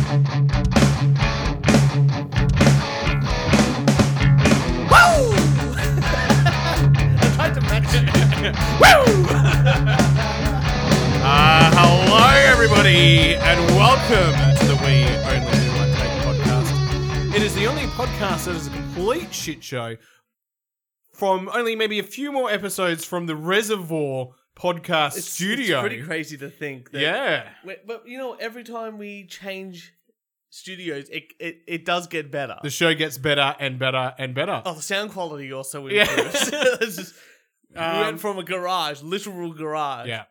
Uh, everybody, and welcome to the We Only Do One Take podcast. It is the only podcast that is a complete shit show from only maybe a few more episodes from the Reservoir podcast It's- studio. It's pretty crazy to think. That yeah. We- but you know, every time we change studios, it it, it does get better. The show gets better and better and better. oh, the sound quality also Yeah. improves. It's just- we Um, went from a garage, literal garage, yeah.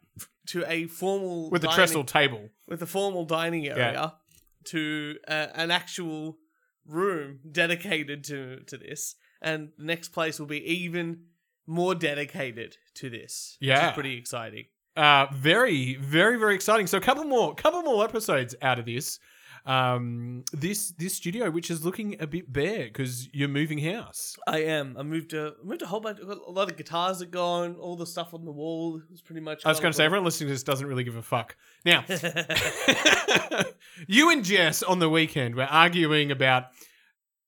to a formal With the dining- trestle table. with a formal dining area to uh, an actual room dedicated to to this, and the next place will be even more dedicated to this. which Yeah. is pretty exciting. Uh, very, very, very exciting. So a couple more, couple more episodes out of this. Um, this this studio, which is looking a bit bare because you're moving house. I am. I moved a moved a whole bunch. A lot of guitars are gone. All the stuff on the wall is pretty much. I was gone. going to say, everyone listening to this doesn't really give a fuck. Now, say. you and Jess on the weekend were arguing about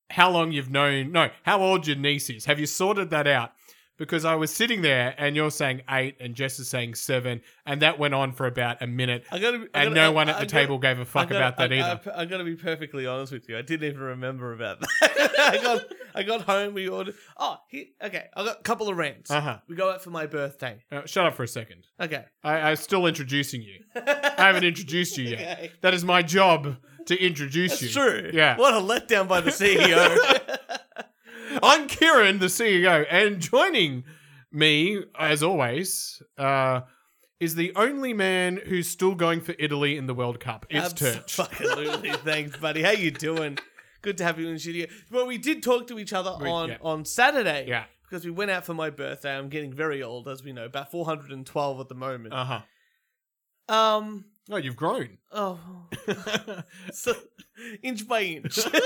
how long you've known, no, how old your niece is. Have you sorted that out? Because I was sitting there and you're saying eight and Jess is saying seven, and that went on for about a minute, I gotta, be- I and gotta- no one at I- the I gotta- table gave a fuck I gotta- about that I- either. I, I got to be perfectly honest with you. I didn't even remember about that. I got I got home. We ordered. Oh, he, okay. I got a couple of rants. Uh-huh. We go out for my birthday. Uh, shut up for a second. Okay. I, I'm still introducing you. I haven't introduced you yet. Okay. That is my job to introduce you. That's true. Yeah. What a letdown by the E CEO. I'm Kieran, the CEO, and joining me, as always, uh, is the only man who's still going for Italy in the World Cup. It's Turch. Absolutely. Thanks, buddy. How you doing? Good to have you in the studio. Well, we did talk to each other We- on yeah. on Saturday. Yeah. Because we went out for my birthday. I'm getting very old, as we know, about 412 at the moment. Uh huh. um. Oh, you've grown. Oh. so, inch by inch.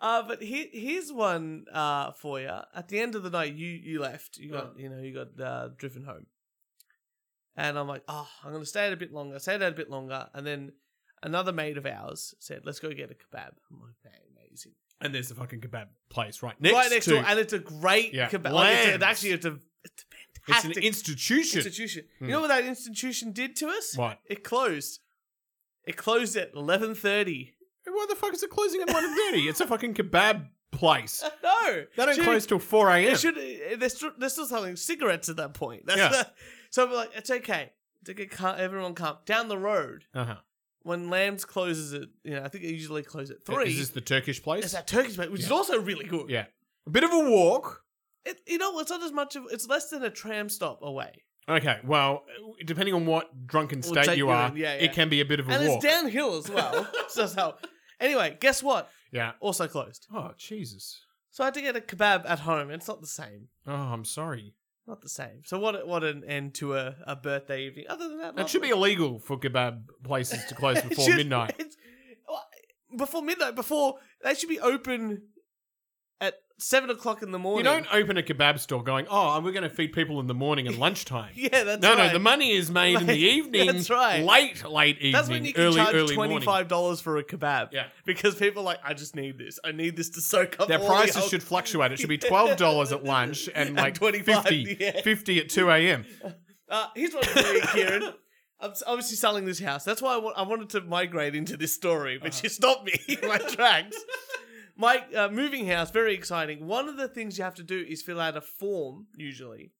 uh, but here, here's one uh, for you. At the end of the night, you you left. You got you know you got uh, driven home, and I'm like, oh, I'm gonna stay out a bit longer. Stay out a bit longer, and then another mate of ours said, let's go get a kebab. I'm like, "Man, amazing. and there's a fucking kebab place right next, right next to. door, and it's a great Yeah, kebab. Like, it's, a- Lambs. actually, it's a it's a it's an fantastic institution. institution. Hmm. You know what that institution did to us? What? It closed. It closed at eleven thirty. Why the fuck is it closing at 1.30? it's a fucking kebab place. No, They don't Should- close till 4 a.m. It should. uh, They're still, they're still selling cigarettes at that point. That's Yeah. the, so I'm like, it's okay. To get cal- everyone calm down the road Uh-huh. when Lambs closes at you know I think they usually close at three. Is this the Turkish place? it's that Turkish mate, which is Yeah. also really good. yeah. A bit of a walk. It, you know, it's not as much of it's less than a tram stop away, Okay, well, depending on what drunken Or state take you you are, in, yeah, yeah. it can be a bit of a and walk. it's downhill as well. so, so anyway, guess what? yeah. Also closed. Oh Jesus. So I had to get a kebab at home. It's not the same. Oh, I'm sorry. Not the same. So what? What an end to a, a birthday evening. Other than that, It should be illegal for kebab places to close It before should- midnight. it's- well, before midnight. Before they should be open at seven o'clock in the You morning. don't open a kebab store going, "Oh, we're going to feed people in the morning and lunchtime." Yeah, that's no, right. no, the money is made in the Like, evening. that's right. Late, late evening. that's when you can early, charge early twenty morning. five dollars for a kebab. Yeah. because people are like I just need this. I need this to soak up. Their all the prices alcohol." should fluctuate. It should be twelve dollars at lunch and And like 25, 50, yeah. 50 at two a.m. Uh, here's one for you, Kieran. I'm s- obviously selling this house. That's why I wa- I wanted to migrate into this story, but you stopped me in my tracks. My uh, moving house, very exciting. One of the things you have to do is fill out a form, usually,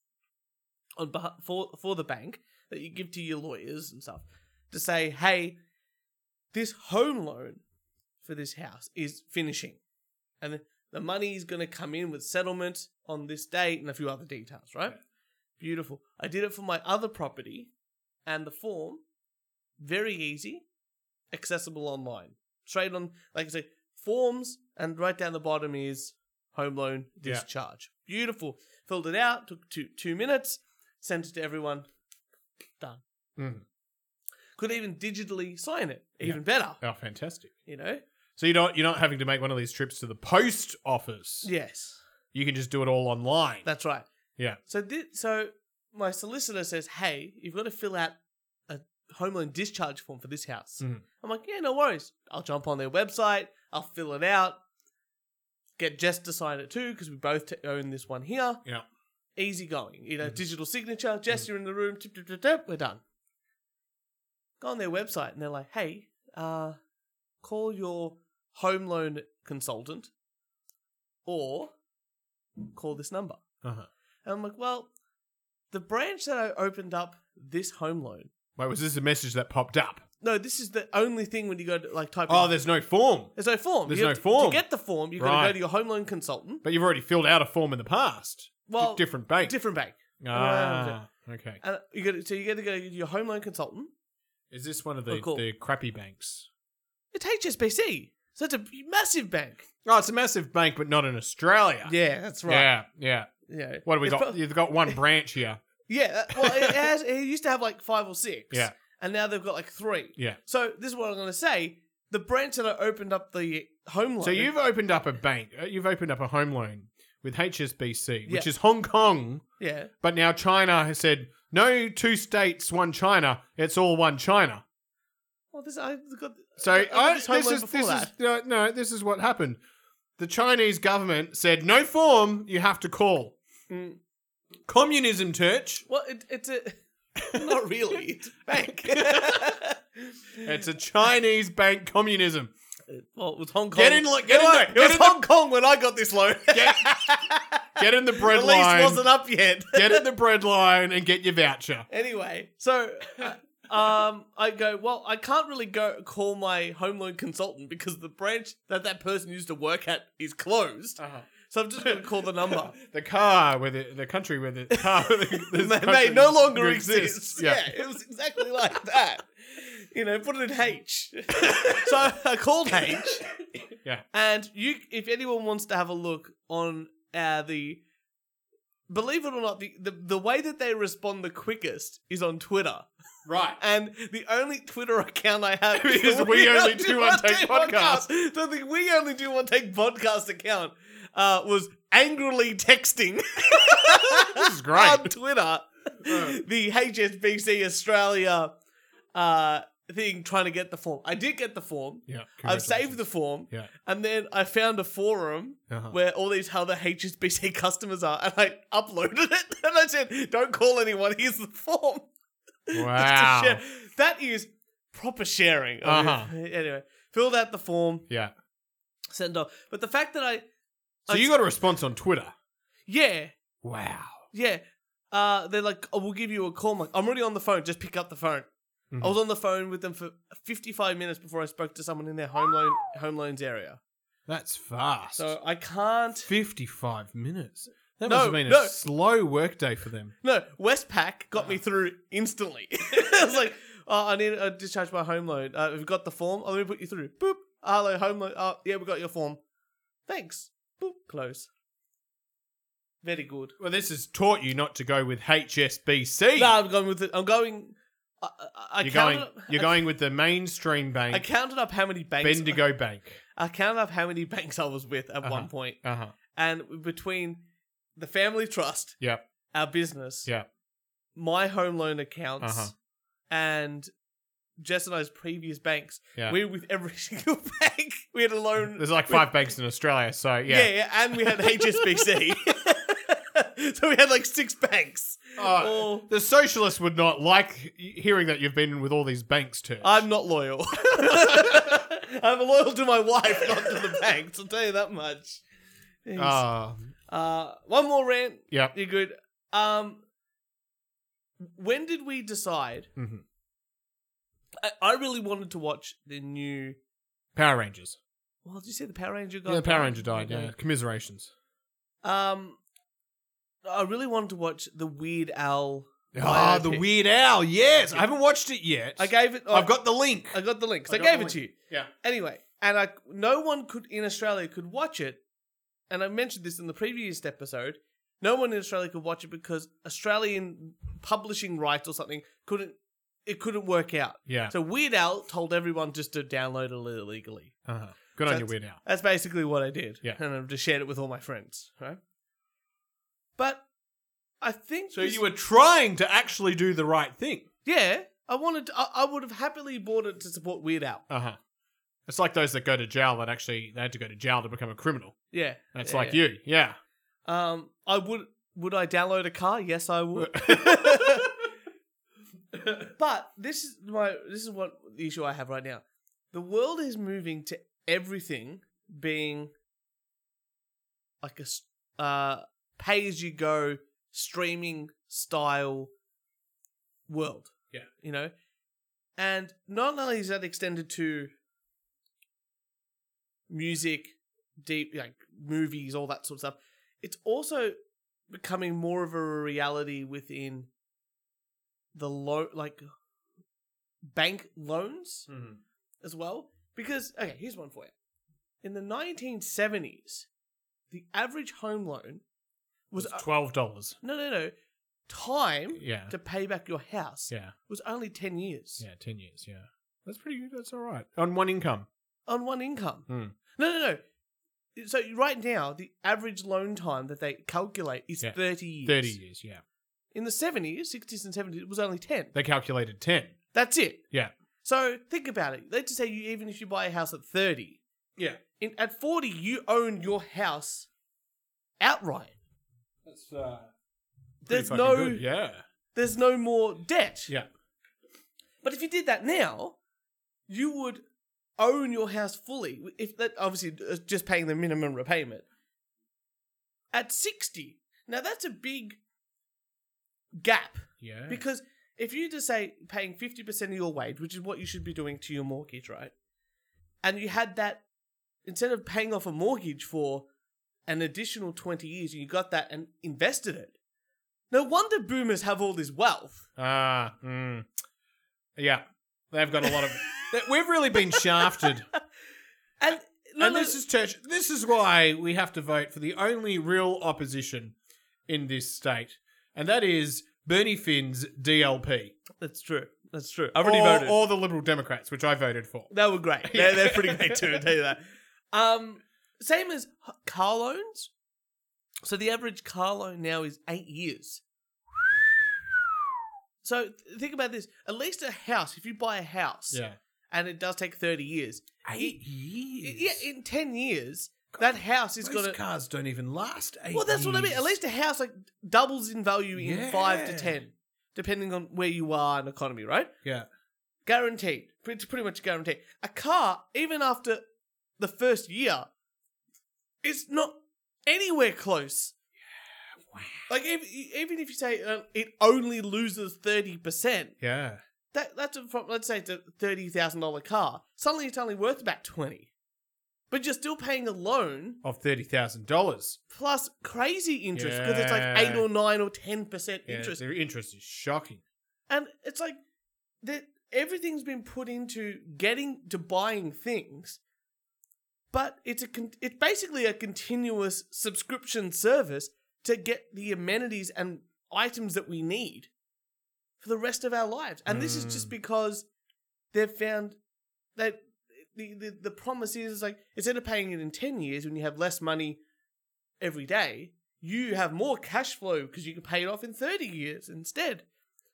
on beha- for for the bank that you give to your lawyers and stuff to say, "Hey, this home loan for this house is finishing, and the money is going to come in with settlement on this date and a few other details." Right? Beautiful. I did it for my other property, and the form, very easy, accessible online. Straight on, like I say, forms, and right down the bottom is home loan Yeah. discharge. Beautiful. Filled it out. Took two two minutes. Sent it to everyone. Done. Mm. Could even digitally sign it. Yeah. Even better. Oh, fantastic! You know. So you don't you're not having to make one of these trips to the post office. Yes, You can just do it all online. that's right. yeah. So thi- so my solicitor says, "Hey, you've got to fill out a home loan discharge form for this house." Mhm. I'm like, "Yeah, no worries. I'll jump on their website. I'll fill it out. Get Jess to sign it too because we both t- own this one here. Yeah. Easy going. You know, Mhm. Mm-hmm. digital signature. Jess, you're in the room. Tip, tip, tip, tip, we're done. go on their website and they're like, hey, uh, call your home loan consultant or call this number. Uh-huh. And I'm like, well, the branch that I opened up this home loan. Wait, was this a message that popped up? No, this is the only thing when you go to like type Oh, in. there's no form. There's no form. There's You no have to- form. To get the form, you've got to Right. go to your home loan consultant. But you've already filled out a form in the past. D- Well, different bank. different bank. ah, okay. And you got to, so you got to go to your home loan consultant. Is this one of the, Oh, cool. the crappy banks? It's HSBC, so it's a massive bank. Oh, it's a massive bank, but not in Australia. Yeah, that's Yeah, yeah. Yeah. yeah. What have we It's got? pro- You've got one branch here. yeah. Well, it has. It used to have like five or six. Yeah. And now they've got like three. Yeah. So this is what I'm going to say. The branch that I opened up the home loan. So you've opened up a bank. uh, You've opened up a home loan with HSBC, which Yeah. is Hong Kong, yeah. but now China has said no two states, one China. It's all one China. Well, this I've got. So I got I- this, this home loan is before this is that. no, no, this is what happened. The Chinese government said no form. You have to call Mm. communism church. Well, it, it's a. Not really. It's a bank. It's a Chinese bank communism. well, it was Hong Kong. Get in, li- get in, No, the, it get was in, the, Hong Kong when I got this loan. Get- get in the bread the lease line. wasn't up yet. get in the bread line and get your voucher. anyway, so uh, um, I go. Well, I can't really go call my home loan consultant because the branch that that person used to work at is closed. So I'm just going to call the Uh-huh. number. The car with the, the country with the car with the, this May, may country no longer exists. exists. Yeah. Yeah. it was exactly like that. You know, put it in H. so I called H. Yeah. And you, if anyone wants to have a look on uh, the, believe it or not, the, the the way that they respond the quickest is on Twitter. right. And the only Twitter account I have Is the We Only Do One Take Podcast. So the We Only Do One Take podcast account uh, was angrily texting This is great. on Twitter the HSBC Australia uh, thing trying to get the form. I did get the form. yeah. I've saved the form. Yeah. And then I found a forum Uh-huh. where all these other HSBC customers are, and I uploaded it. And I said, "Don't call anyone. Here's the form." Wow. Just to share. That is proper sharing. I mean, Uh-huh. Anyway, filled out the form, Yeah. sent off. But the fact that I, So I- you got a response on Twitter. yeah, Wow. yeah. Uh, they're like, oh, we'll give you a call. I'm like, I'm already on the phone. Just pick up the phone. I Mhm. was on the phone with them for 55 minutes before I spoke to someone in their home loan home loans area. That's fast. So I can't. 55 minutes. That No, must have been a no. slow workday for them. No, Westpac got Ah. me through instantly. I was like, oh, I need to discharge my home loan. Uh, we've got the form. Oh, let me put you through. Boop. Hello, home loan. Oh, yeah, we got your form. Thanks. Boop. Close. Very good. Well, this has taught you not to go with HSBC. No, I'm going with it. I'm going. I, I, I you're counted going. Up, You're going with the mainstream I bank, counted up how many banks. Bendigo Bank. I counted up how many banks I was with at one Uh-huh. point, Uh huh. and between the family trust, Yep. our business, Yeah. my home loan accounts Uh-huh. and Jess and I's previous banks. Yeah. We were with every single bank. We had a loan. There's like five banks in Australia, so yeah. yeah. yeah, and we had HSBC. so we had like six banks. Oh, Or the socialists would not like hearing that you've been with all these banks too. I'm not loyal. I'm loyal to my wife, not to the banks. I'll tell you that much. Thanks. Ah, Uh, one more rant. yeah. You're good. Um, when did we decide? Mhm. I, I really wanted to watch the new Power Rangers. Well, did you see the Power Ranger guy? Yeah, the Power Ranger died. Yeah, commiserations. Um, I really wanted to watch the Weird Owl. Ah, biopic. the Weird Owl. Yes, I haven't watched it yet. I gave it. I've got the link. I got the link. So I, I got gave the it to you. Yeah. Anyway, and I no one could in Australia could watch it, and I mentioned this in the previous episode. No one in Australia could watch it because Australian publishing rights or something couldn't. It couldn't work out. Yeah. So Weird Al told everyone just to download it illegally. Uh-huh. Good So on you, Weird Owl. That's basically what I did. Yeah. And I've just shared it with all my friends, right? But I think So this- you were trying to actually do the right thing. Yeah. I wanted I, I would have happily bought it to support Weird Al. Uh huh. It's like those that go to jail that actually they had to go to jail to become a criminal. Yeah. That's Yeah, like yeah. you. Yeah. Hmm. Um I would would I download a car? Yes I would. But this is my this is what the issue I have right now. The world is moving to everything being like a s- uh, pay as you go streaming style world. Yeah. you know, and not only is that extended to music, deep like movies, all that sort of stuff. It's also becoming more of a reality within the low like bank loans Mhm. as well because okay here's one for you in the 1970s the average home loan was uh, It's twelve dollars. no no no time Yeah. to pay back your house Yeah. was only 10 years Yeah. Ten years. Yeah. That's pretty good. That's all right. On one income. on one income Hmm. no no no so right now the average loan time that they calculate is Yeah. 30 years Thirty years. Yeah. in the 70s 60s and 70s it was only 10 They calculated ten. that's it Yeah. so think about it let's just say you even if you buy a house at 30 Yeah. in at 40 you own your house outright That's uh. there's no Yeah. there's no more debt Yeah. but if you did that now you would own your house fully if that obviously uh, just paying the minimum repayment at 60 now that's a big gap Yeah. because if you just say paying 50% of your wage, which is what you should be doing to your mortgage, right? And you had that, instead of paying off a mortgage for an additional 20 years, you got that and invested it. No wonder boomers have all this wealth. Ah, mm. yeah. They've got a lot of. that- We've really been shafted, And, no, and no, this is church. This is why we have to vote for the only real opposition in this state, and that is Bernie Finn's DLP that's true. That's true. or, I've already voted. or the Liberal Democrats, which I voted for. They were great. They're, they're pretty great too. I tell you that. Um, same as h- car loans. So the average car loan now is eight years. So th- think about this. At least a house, if you buy a house, Yeah, and it does take thirty years. Eight years. Yeah, in ten years, that house is going to. cars don't even last eight. Well, that's what I mean. At least a house like doubles in value in five to Yeah. ten, depending on where you are in economy, right? yeah, guaranteed. It's pretty much guaranteed. A car, even after the first year, is not anywhere close. Like even, even if you say uh, it only loses thirty percent, yeah, that that's a, from let's say it's a thirty thousand dollar car. Suddenly it's only worth about twenty, but you're still paying a loan of thirty thousand dollars. plus crazy interest because it's like eight Yeah. or nine or ten percent interest. Their interest is shocking. And it's like that everything's been put into getting to buying things, but it's a con- it's basically a continuous subscription service to get the amenities and items that we need for the rest of our lives. And this is just Mm. because they've found that the, the the promise is like instead of paying it in ten years when you have less money every day, you have more cash flow because you can pay it off in thirty years instead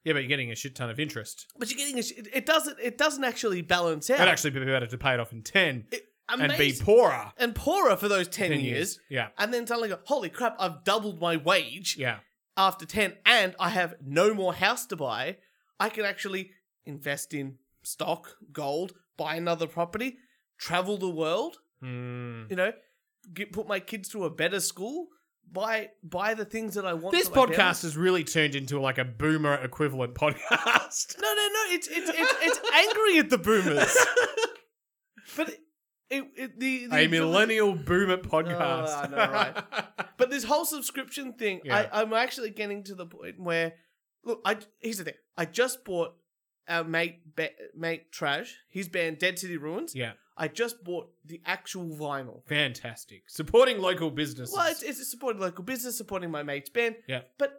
Yeah, but you're getting a shit ton of interest. but you're getting a sh- it, it doesn't it doesn't actually balance out. It'd actually be better to pay it off in ten It- and be amazing. poorer. and poorer for those ten, years. Yeah. and then suddenly go, holy crap, I've doubled my wage Yeah. after ten, and I have no more house to buy. I can actually invest in stock, gold, buy another property, travel the world. Mm. You know, get, put my kids to a better school, buy buy the things that I want. This for my family. podcast has really turned into like a boomer equivalent podcast. No, no, no. It's it's it's, it's angry at the boomers. but it, it, the, the Oh, a millennial boomer podcast. I know, right. But this whole subscription thing, Yeah. I, I'm actually getting to the point where, look, I here's the thing. I just bought our mate Be- mate Trash his band Dead City Ruins. yeah. I just bought the actual vinyl. Fantastic. Supporting local businesses. Well, it's, it's supporting local business, supporting my mate's band. Yeah. But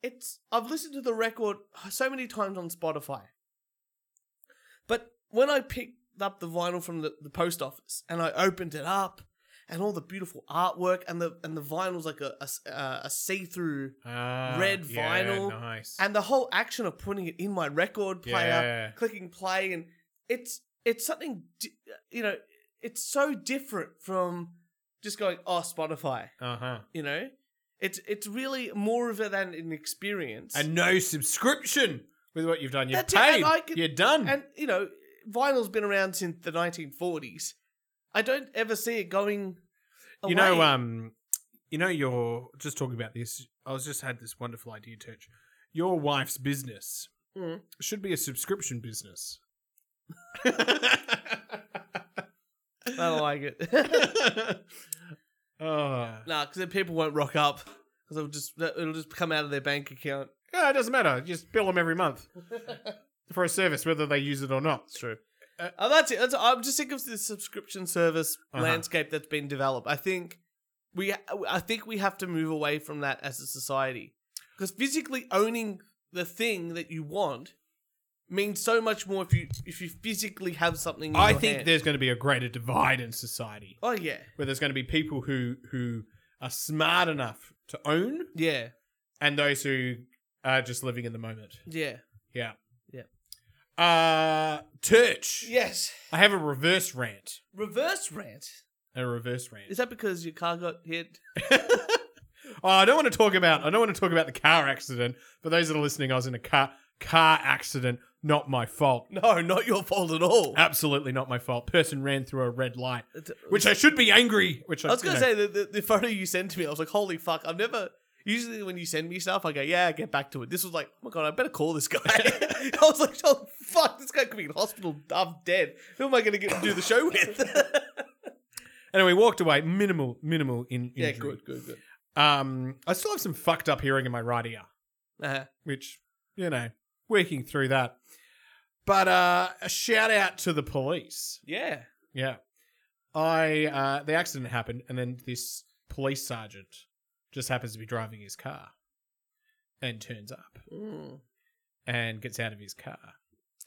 it's I've listened to the record so many times on Spotify. But when I picked up the vinyl from the, the post office and I opened it up and all the beautiful artwork and the and the vinyl's like a a s- uh, a see-through Ah, red yeah, vinyl Nice. and the whole action of putting it in my record player, yeah. clicking play and it's it's something di- you know, it's so different from just going oh Spotify Uh huh. you know it's it's really more of it than an experience And no subscription. with what you've done. You're That's it, and paid. I could- You're done. And you know, vinyl's been around since the 1940s. I don't ever see it going. Away. you know, um, you know, you're just talking about this. I was just had this wonderful idea, Church. Your wife's business Mm. should be a subscription business. uh, I don't like it. Oh. nah, because then people won't rock up because it'll just it'll just come out of their bank account. Yeah, it doesn't matter. Just bill them every month for a service, whether they use it or not. It's true. Uh, oh, that's it. That's, I'm just thinking of the subscription service Uh-huh. landscape that's been developed. I think we, I think we have to move away from that as a society because physically owning the thing that you want means so much more if you if you physically have something. In I your think hand. there's going to be a greater divide in society Oh yeah, where there's going to be people who who are smart enough to own yeah, and those who are just living in the moment. yeah. Yeah. Yeah. Uh, Turch. Yes. I have a reverse rant. Reverse rant. A reverse rant. Is that because your car got hit? Oh, I don't want to talk about. I don't want to talk about the car accident. For those that are listening, I was in a car car accident. Not my fault. No, not your fault at all. Uh, Absolutely not my fault. Person ran through a red light, which I should be angry. Which I, I was going you to know. say the, the, the photo you sent to me, I was like, holy fuck, I've never. Usually when you send me stuff, I go, yeah, get back to it. This was like, oh my god, I better call this guy. I was like, oh fuck, this guy could be in hospital. I'm dead. Who am I going to get to do the show with? Anyway, walked away. Minimal, minimal in yeah, injury. good, good, good. Um, I still have some fucked up hearing in my right ear, Uh-huh. which you know, working through that. But uh, a shout out to the police. Yeah. Yeah. I uh the accident happened and then this police sergeant just happens to be driving his car and turns up Hmm. Mm. and gets out of his car.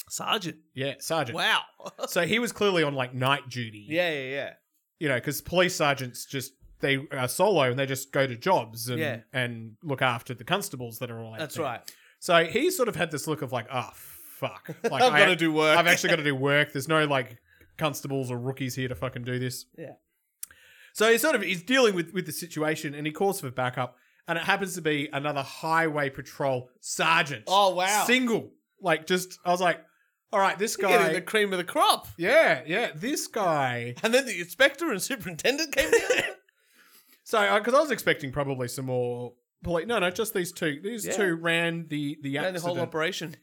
Sergeant. Yeah, sergeant. Wow. So he was clearly on like night duty. yeah, yeah, yeah. You know, cuz police sergeants just they are solo and they just go to jobs and Yeah. and look after the constables that are all out That's there. right. So he sort of had this look of like, "Oh, fuck. Like I've I- got to do work. I've actually got to do work. There's no like constables or rookies here to fucking do this. Yeah. So he's sort of he's dealing with with the situation and he calls for backup and it happens to be another highway patrol sergeant. Oh, wow. Single. Like just I was like, all right, this You're getting guy the cream of the crop. Yeah, yeah, this guy. And then the inspector and superintendent came down. So because I was expecting probably some more police. No, no, just these two. These Yeah. two ran the the accident. and the whole operation.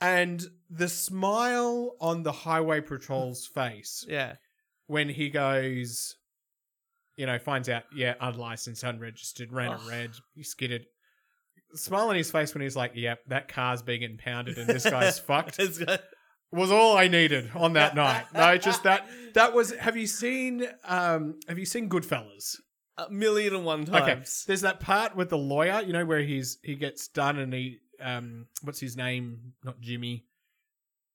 and the smile on the highway patrol's face Yeah. when he goes, you know, finds out, yeah, unlicensed, unregistered, ran Ugh. a red, he skidded. Smile on his face when he's like, yep, that car's being impounded and this guy's fucked It's got- was all I needed on that night. No, just that. That was. Have you seen? Um, have you seen Goodfellas? A million and one Okay, times. there's that part with the lawyer, you know, where he's he gets done and he, um, what's his name? Not Jimmy.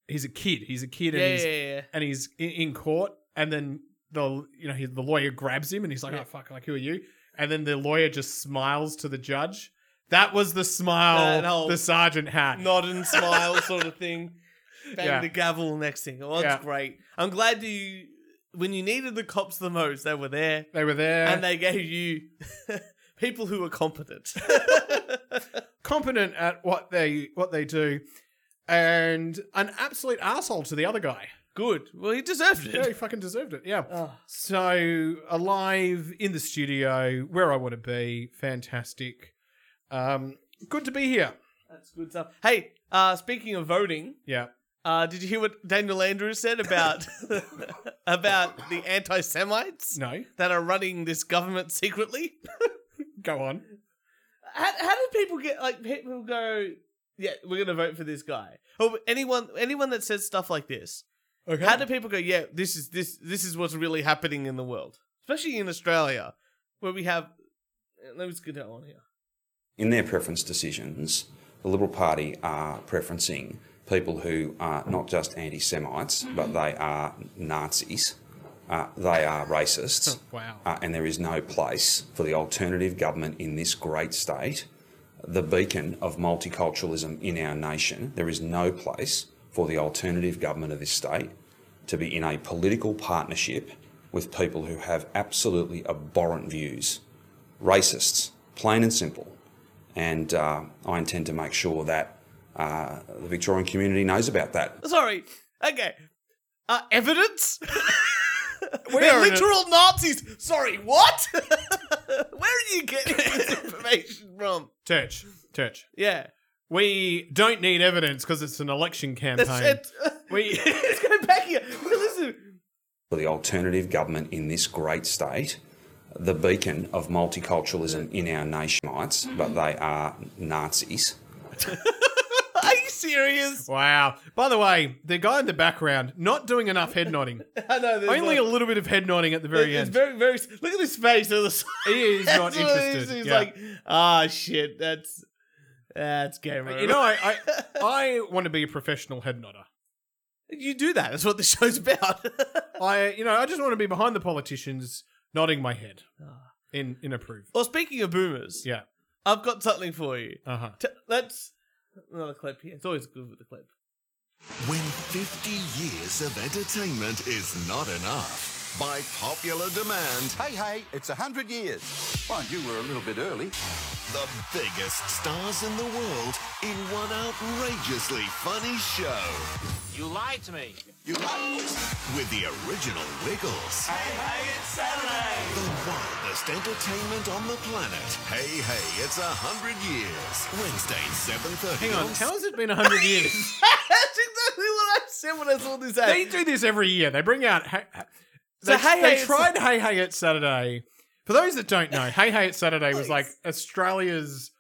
He's a kid. He's a kid and Yeah, he's yeah, yeah. and he's in, in court, and then the you know he, the lawyer grabs him, and he's like, Yeah. "Oh fuck, like who are you?" And then the lawyer just smiles to the judge. That was the smile That whole- the sergeant had. nod and smile sort of thing. Bang Yeah. the gavel next thing. Oh, that's Yeah. great. I'm glad you when you needed the cops the most, they were there They were there, and they gave you people who were competent. competent at what they what they do, and an absolute asshole to the other guy. Good. Well, he deserved Yeah, he it. fucking deserved it. Yeah. Oh, So alive in the studio, where I want to be, fantastic. Um, good to be here. that's good stuff. Hey, uh, speaking of voting, Yeah. uh, did you hear what Daniel Andrews said about about the anti-Semites No. that are running this government secretly? Go on. How, how do people get like people go? Yeah, we're gonna vote for this guy. Or anyone, anyone that says stuff like this. Okay. How do people go? Yeah, this is this this is what's really happening in the world, especially in Australia, where we have. uh, Let me just get that on here. In their preference decisions, the Liberal Party are preferencing people who are not just anti Semites, but they are Nazis, uh, they are racists, wow. uh, and there is no place for the alternative government in this great state, the beacon of multiculturalism in our nation. There is no place for the alternative government of this state to be in a political partnership with people who have absolutely abhorrent views racists, plain and simple. And uh, I intend to make sure that Uh, the Victorian community knows about that. Sorry. Okay. Uh, evidence? We They're are in a- literal Nazis. Sorry, what? Where are you getting this information from? Church, church. Yeah. We don't need evidence because it's an election That's campaign. it. We Let's go back here. Listen. For the alternative government in this great state, the beacon of multiculturalism in our nation, mites, but they are Nazis. Are you serious? wow. By the way, the guy in the background not doing enough head nodding. I know. there's Only a- a little bit of head nodding at the very It's end. very, very. Look at his face. on the side. he is not That's what it is. interested. He's Yeah. like, ah, shit. That's that's game over. you know, I, I I want to be a professional head nodder. you do that. That's what the show's about. I you know I just want to be behind the politicians, nodding my head Ah. in in approval. well, speaking of boomers, Yeah. I've got something for you. Uh huh. T- let's another clip here. It's always good with the clip. When 50 years of entertainment is not enough, by popular demand, Hey, hey, it's 100 years. Mind you, we're a little bit early. the biggest stars in the world in one outrageously funny show. You lied to me. You lied? With the original Wiggles. Hey, hey, it's Saturday. The wildest entertainment on the planet. Hey, hey, it's 100 years. Wednesday, 7.30. Hang on. How has it been hundred years? That's exactly what I said when I saw this ad. they do this every year. They bring out. Hey, hey- So they, they Hey Hey It's- tried Hey Hey It's Saturday. For those that don't know, Hey Hey It's Saturday was like Australia's.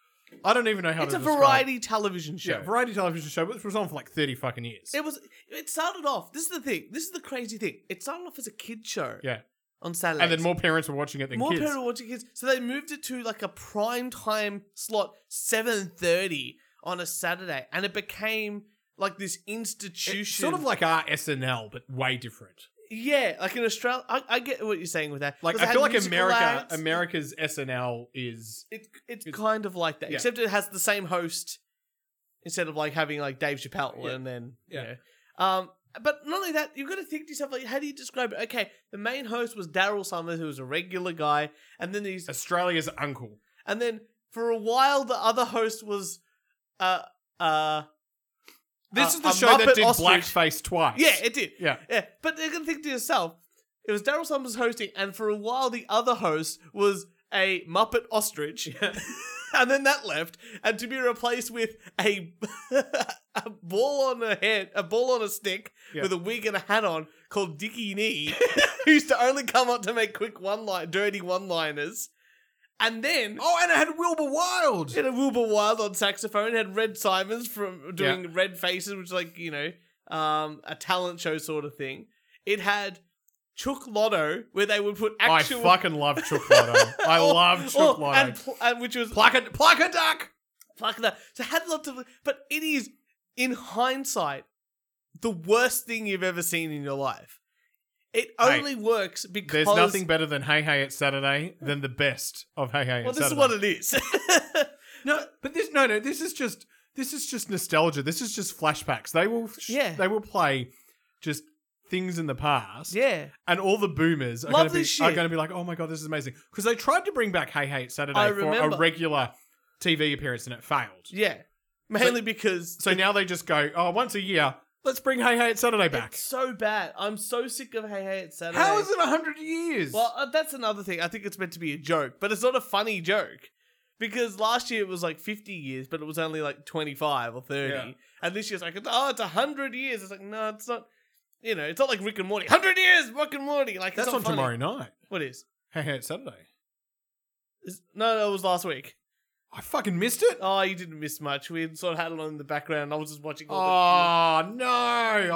I don't even know how it's to a describe it. variety television show. Yeah, variety television show, which was on for like thirty fucking years. it was. It started off. This is the thing. This is the crazy thing. It started off as a kid show. Yeah. On Saturday. and then more parents were watching it than more kids. parents were watching kids. So they moved it to like a prime time slot, seven thirty on a Saturday, and it became like this institution. It's sort of like our SNL, but way different. yeah, like in Australia. I, I get what you're saying with that. Like 'Cause it I had feel like musical America, acts. America's SNL is It, it's kind of like that, Yeah. except it has the same host instead of like having like Dave Chappelle Yeah. and then Yeah. yeah. Um, but not only that, you've got to think to yourself like, how do you describe it? Okay, the main host was Daryl Summers, who was a regular guy, and then these, Australia's uncle. and then for a while the other host was, uh, uh, This Uh, is the a show that Muppet did ostrich. blackface twice. yeah, it did, yeah. yeah. But you can think to yourself, it was Daryl Summers hosting, and for a while the other host was a Muppet ostrich, and then that left, and to be replaced with a a ball on a head, a ball on a stick Yeah. with a wig and a hat on, called Dickie Knee, who used to only come up to make quick one line, dirty one liners, and then. Oh, and it had Wilbur Wilde. It had Wilbur Wilde on saxophone. It had Red Simons from doing Red Faces, which is like you know, um, a talent show sort of thing. It had Chook Lotto, where they would put I actual. fucking love Chook Lotto. I Or- love or- Chook Lotto. Oh, and, pl- and which was Pluck a, pluck a duck. fuck that. So it had lots of, but it is in hindsight the worst thing you've ever seen in your life. It Mate, only works because There's nothing better than Hey Hey It's Saturday than the best of Hey Hey Well, It's this is Saturday. what it is. No, but this no no this is just this is just nostalgia. This is just flashbacks. They will sh- Yeah. they will play just things in the past. yeah. And all the boomers are Love going to be this are shit. going to be like, "Oh my god, this is amazing." Cuz they tried to bring back Hey Hey It's I Saturday for a remember. regular TV appearance and it failed. Yeah. Mainly because So now they just go, "Oh, once a year, let's bring Hey Hey It's Saturday back." It's so bad. I'm so sick of Hey Hey It's Saturday. How is it 100 years? Well, uh, that's another thing. I think it's meant to be a joke, but it's not a funny joke. Because last year it was like 50 years, but it was only like 25 or 30. Yeah. And this year's like, it's- oh, it's 100 years. It's like, no, it's not. You know, it's not like Rick and Morty. 100 years, Rick and Morty. Like, it's that's not on funny. tomorrow night. What is? Hey Hey It's Saturday. It's- no, no, it was last week. I fucking missed it. Oh, you didn't miss much. We had sort of had it on in the background. I was just watching all the. Oh, no.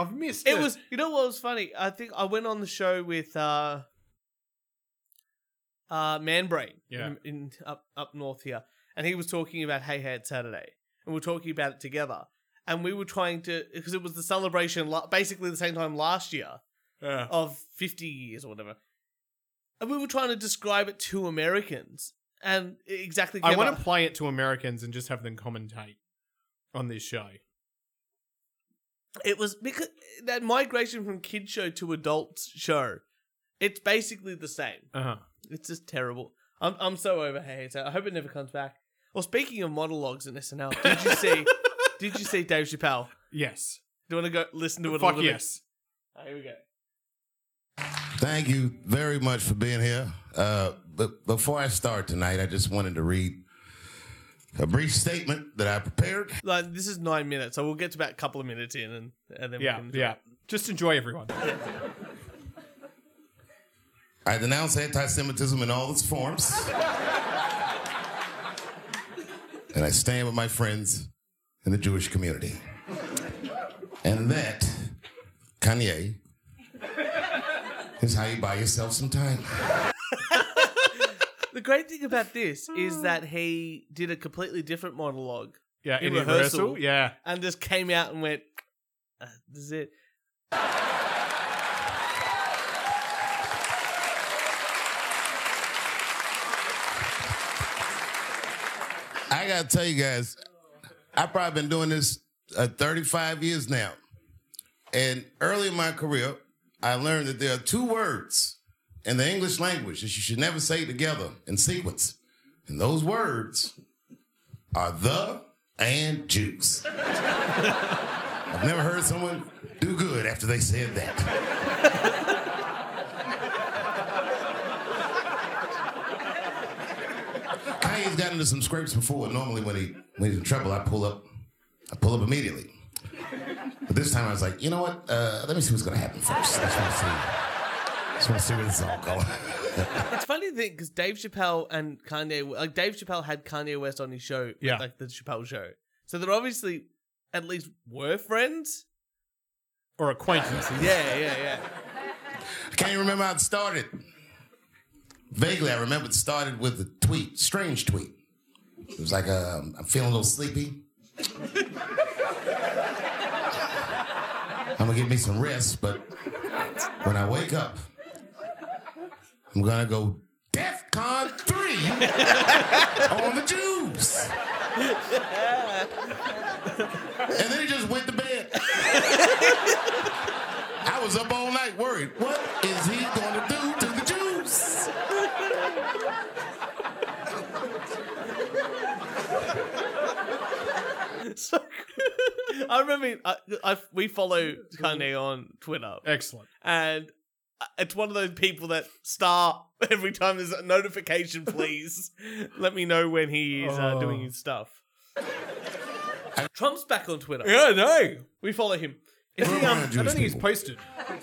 I've missed it. It was, you know what was funny? I think I went on the show with uh, uh, Manbrain Yeah. in, in up up north here, and he was talking about Hey Hey It's Saturday, and we are talking about it together, and we were trying to because it was the celebration la- basically the same time last year Yeah. of fifty years or whatever, and we were trying to describe it to Americans, and it exactly. I came want up- to play it to Americans and just have them commentate on this show. It was because that migration from kid show to adult show, it's basically the same. Uh-huh. It's just terrible. I'm I'm so over Hey Hey It's Out. I hope it never comes back. Well, speaking of monologues in SNL, did you see? Did you see Dave Chappelle? Yes. Do you want to go listen to it a Fuck little yes. bit? Oh, here we go. Thank you very much for being here. Uh, but before I start tonight, I just wanted to read a brief statement that I prepared. Like this is nine minutes, so we'll get to about a couple of minutes in, and, and then Yeah, we can yeah. Just enjoy everyone. I denounce anti Semitism in all its forms. and I stand with my friends in the Jewish community. And that, Kanye, is how you buy yourself some time. The great thing about this is that he did a completely different monologue Yeah, In in rehearsal. rehearsal. Yeah. and just came out and went, "Uh, "This is it." I gotta tell you guys, I've probably been doing this uh, 35 years now. And early in my career, I learned that there are two words in the English language that you should never say together in sequence. And those words are the and Jews. I've never heard someone do good after they said that. Kanye's gotten into some scrapes before. Normally, when he when he's in trouble, I pull up, I pull up immediately. But this time, I was like, you know what? Uh, let me see what's gonna happen first. I just want to see, just want to see where this is all going. It's funny thing because Dave Chappelle and Kanye, like Dave Chappelle had Kanye West on his show, Yeah. like the Chappelle show. So they're obviously at least were friends. Or acquaintances. Yeah, yeah, yeah. I can't even remember how it started. Vaguely, I remember it started with a tweet, strange tweet. It was like, um, I'm feeling a little sleepy. I'm gonna give me some rest, but when I wake up, I'm gonna go DEFCON 3 on the Jews. and then he just went to bed. I was up all night worried. What is he going to do to the Jews? So I remember I, I, we follow Kanye on Twitter, Excellent. and uh, it's one of those people that star every time there's a notification. Please let me know when he is uh, doing his stuff. Trump's back on Twitter. Yeah, no. We follow him. I think, um, I Jewish don't think he's people. posted.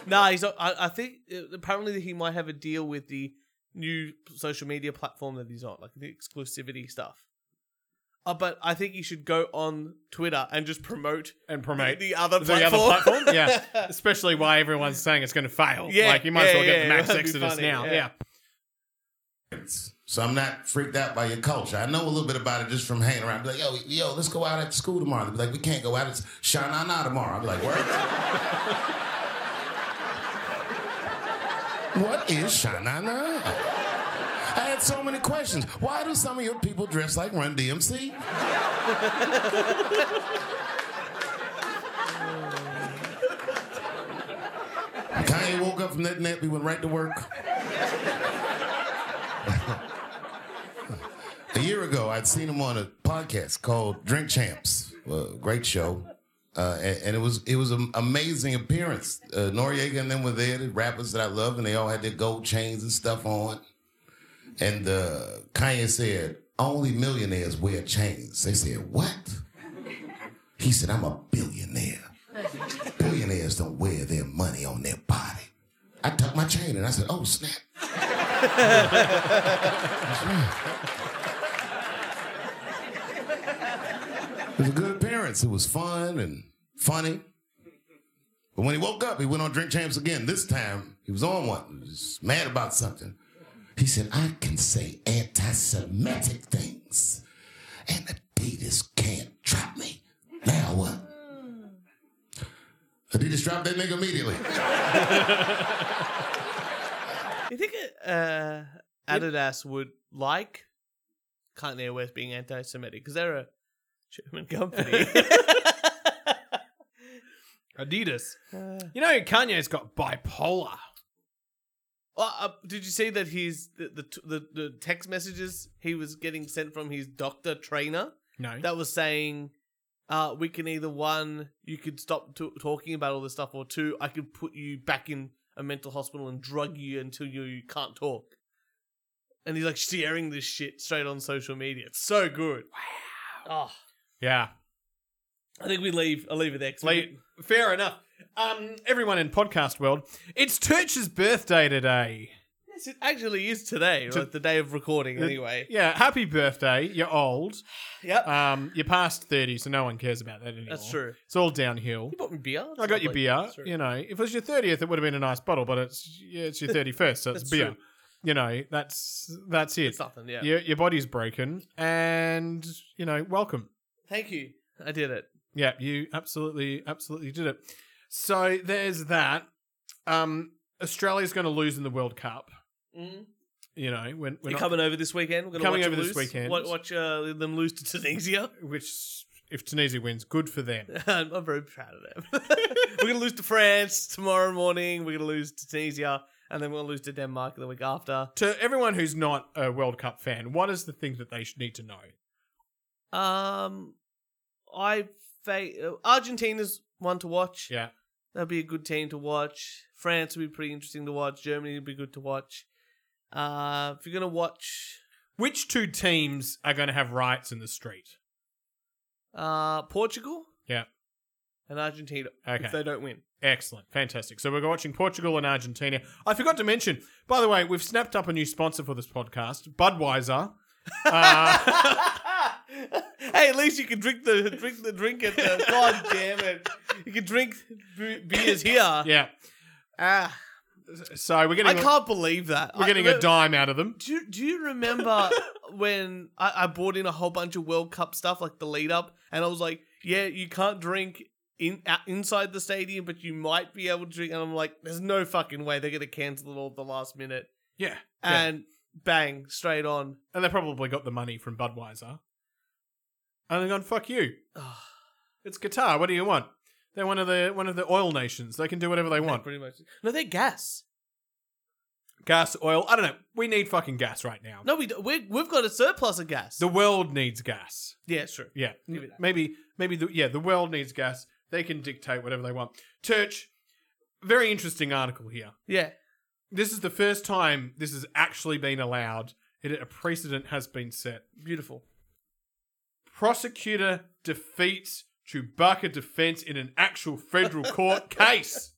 Nah, he's. not- I, I think uh, apparently he might have a deal with the new social media platform that he's on, like the exclusivity stuff. Uh, but I think you should go on Twitter and just promote And promote the other the platform. other platform. Yeah, especially why everyone's saying it's going to fail. Yeah, like you might as well yeah, get the yeah, max that'd be exodus funny, now. yeah. Yeah. So I'm not freaked out by your culture. I know a little bit about it just from hanging around. Be like, yo, yo, let's go out at school tomorrow. They'd be like, we can't go out. It's Shanana tomorrow. I'm like, what? what is Shanana? I had so many questions. Why do some of your people dress like Run DMC? Kanye woke up from that nap. We went right to work. A year ago, I'd seen him on a podcast called Drink Champs. Uh, great show. Uh, a- and, it was it was an amazing appearance. Uh, Noriega and them were there, the rappers that I love, and they all had their gold chains and stuff on. And uh, Kanye said, "Only millionaires wear chains." They said, "What?" He said, "I'm a billionaire. Billionaires don't wear their money on their body." I tucked my chain and I said, "Oh snap!" It was a good appearance. It was fun and funny. But when he woke up, he went on Drink Champs again. This time, he was on one. He was mad about something. He said, I can say anti Semitic things, and Adidas can't trap me. Now what? Adidas dropped that nigga immediately. You think uh, Adidas would like Kanye West being anti-Semitic because they're a German company? Adidas. you know, Kanye's got bipolar. Well, uh, did you see that he's the, the t- the the text messages he was getting sent from his doctor trainer No. that was saying uh, we can either one, you could stop t- talking about all this stuff, or two, I could put you back in a mental hospital and drug you until you, you can't talk. And he's like sharing this shit straight on social media. It's so good. Wow. Yeah. Oh, I think we leave. I'll leave it there. 'cause we- Like, fair enough. Um, everyone in podcast world, it's Turch's birthday today. Yes, it actually is today, To- like the day of recording. The- Anyway. Yeah, happy birthday. You're old. Yep. Um, you're past 30, so no one cares about that anymore. That's true. It's all downhill. You bought me beer. I got your Lovely. beer. That's true. You know, if it was your 30th, it would have been a nice bottle, but it's yeah, it's your 31st, so it's That's beer. true. You know, that's that's it. It's nothing. Yeah. Your, your body's broken, and you know, welcome. Thank you. I did it. Yeah, you absolutely, absolutely did it. So there's that. Um, Australia's going to lose in the World Cup. You know, when we're You're not- coming over this weekend. We're gonna Coming watch over them this lose. weekend. Watch, watch uh, them lose to Tunisia. which if Tunisia wins, good for them. I'm I'm very proud of them. we're gonna lose to France tomorrow morning. We're gonna lose to Tunisia, and then we'll lose to Denmark the week after. to everyone who's not a World Cup fan, what is the thing that they should need to know? Um, I fa- uh, Argentina's one to watch. Yeah, That'd be a good team to watch. France would be pretty interesting to watch. Germany would be good to watch. Uh, if you're gonna watch which two teams are going to have riots in the street? uh, Portugal, Yeah. and Argentina, Okay. if they don't win, Excellent. Fantastic. So we're watching Portugal and Argentina. I forgot to mention, by the way, we've snapped up a new sponsor for this podcast, Budweiser. Uh, hey, at least you can drink the drink the drink at the god damn it. You can drink b- beers here. yeah. Ah, So we're I getting can't believe that. we're I- getting a dime out of them. Do you, do you remember when I, I bought in a whole bunch of World Cup stuff, like the lead up, and I was like, "Yeah, you can't drink in out- inside the stadium, but you might be able to drink." And I'm like, "There's no fucking way they're gonna cancel it all at the last minute." Yeah. Yeah. And bang, straight on. And they probably got the money from Budweiser. And they're gone, fuck you. Ah. It's Qatar. What do you want? They're one of the one of the oil nations. They can do whatever they want. pretty much. No, they're gas. gas, oil. I don't know. We need fucking gas right now. No, we do, we we've got a surplus of gas. The world needs gas. yeah, it's true. Yeah, Give it that. maybe maybe the yeah the world needs gas. They can dictate whatever they want. Church, very interesting article here. Yeah, This is the first time this has actually been allowed. It, a precedent has been set. beautiful. Prosecutor defeats Chewbacca defense in an actual federal court case.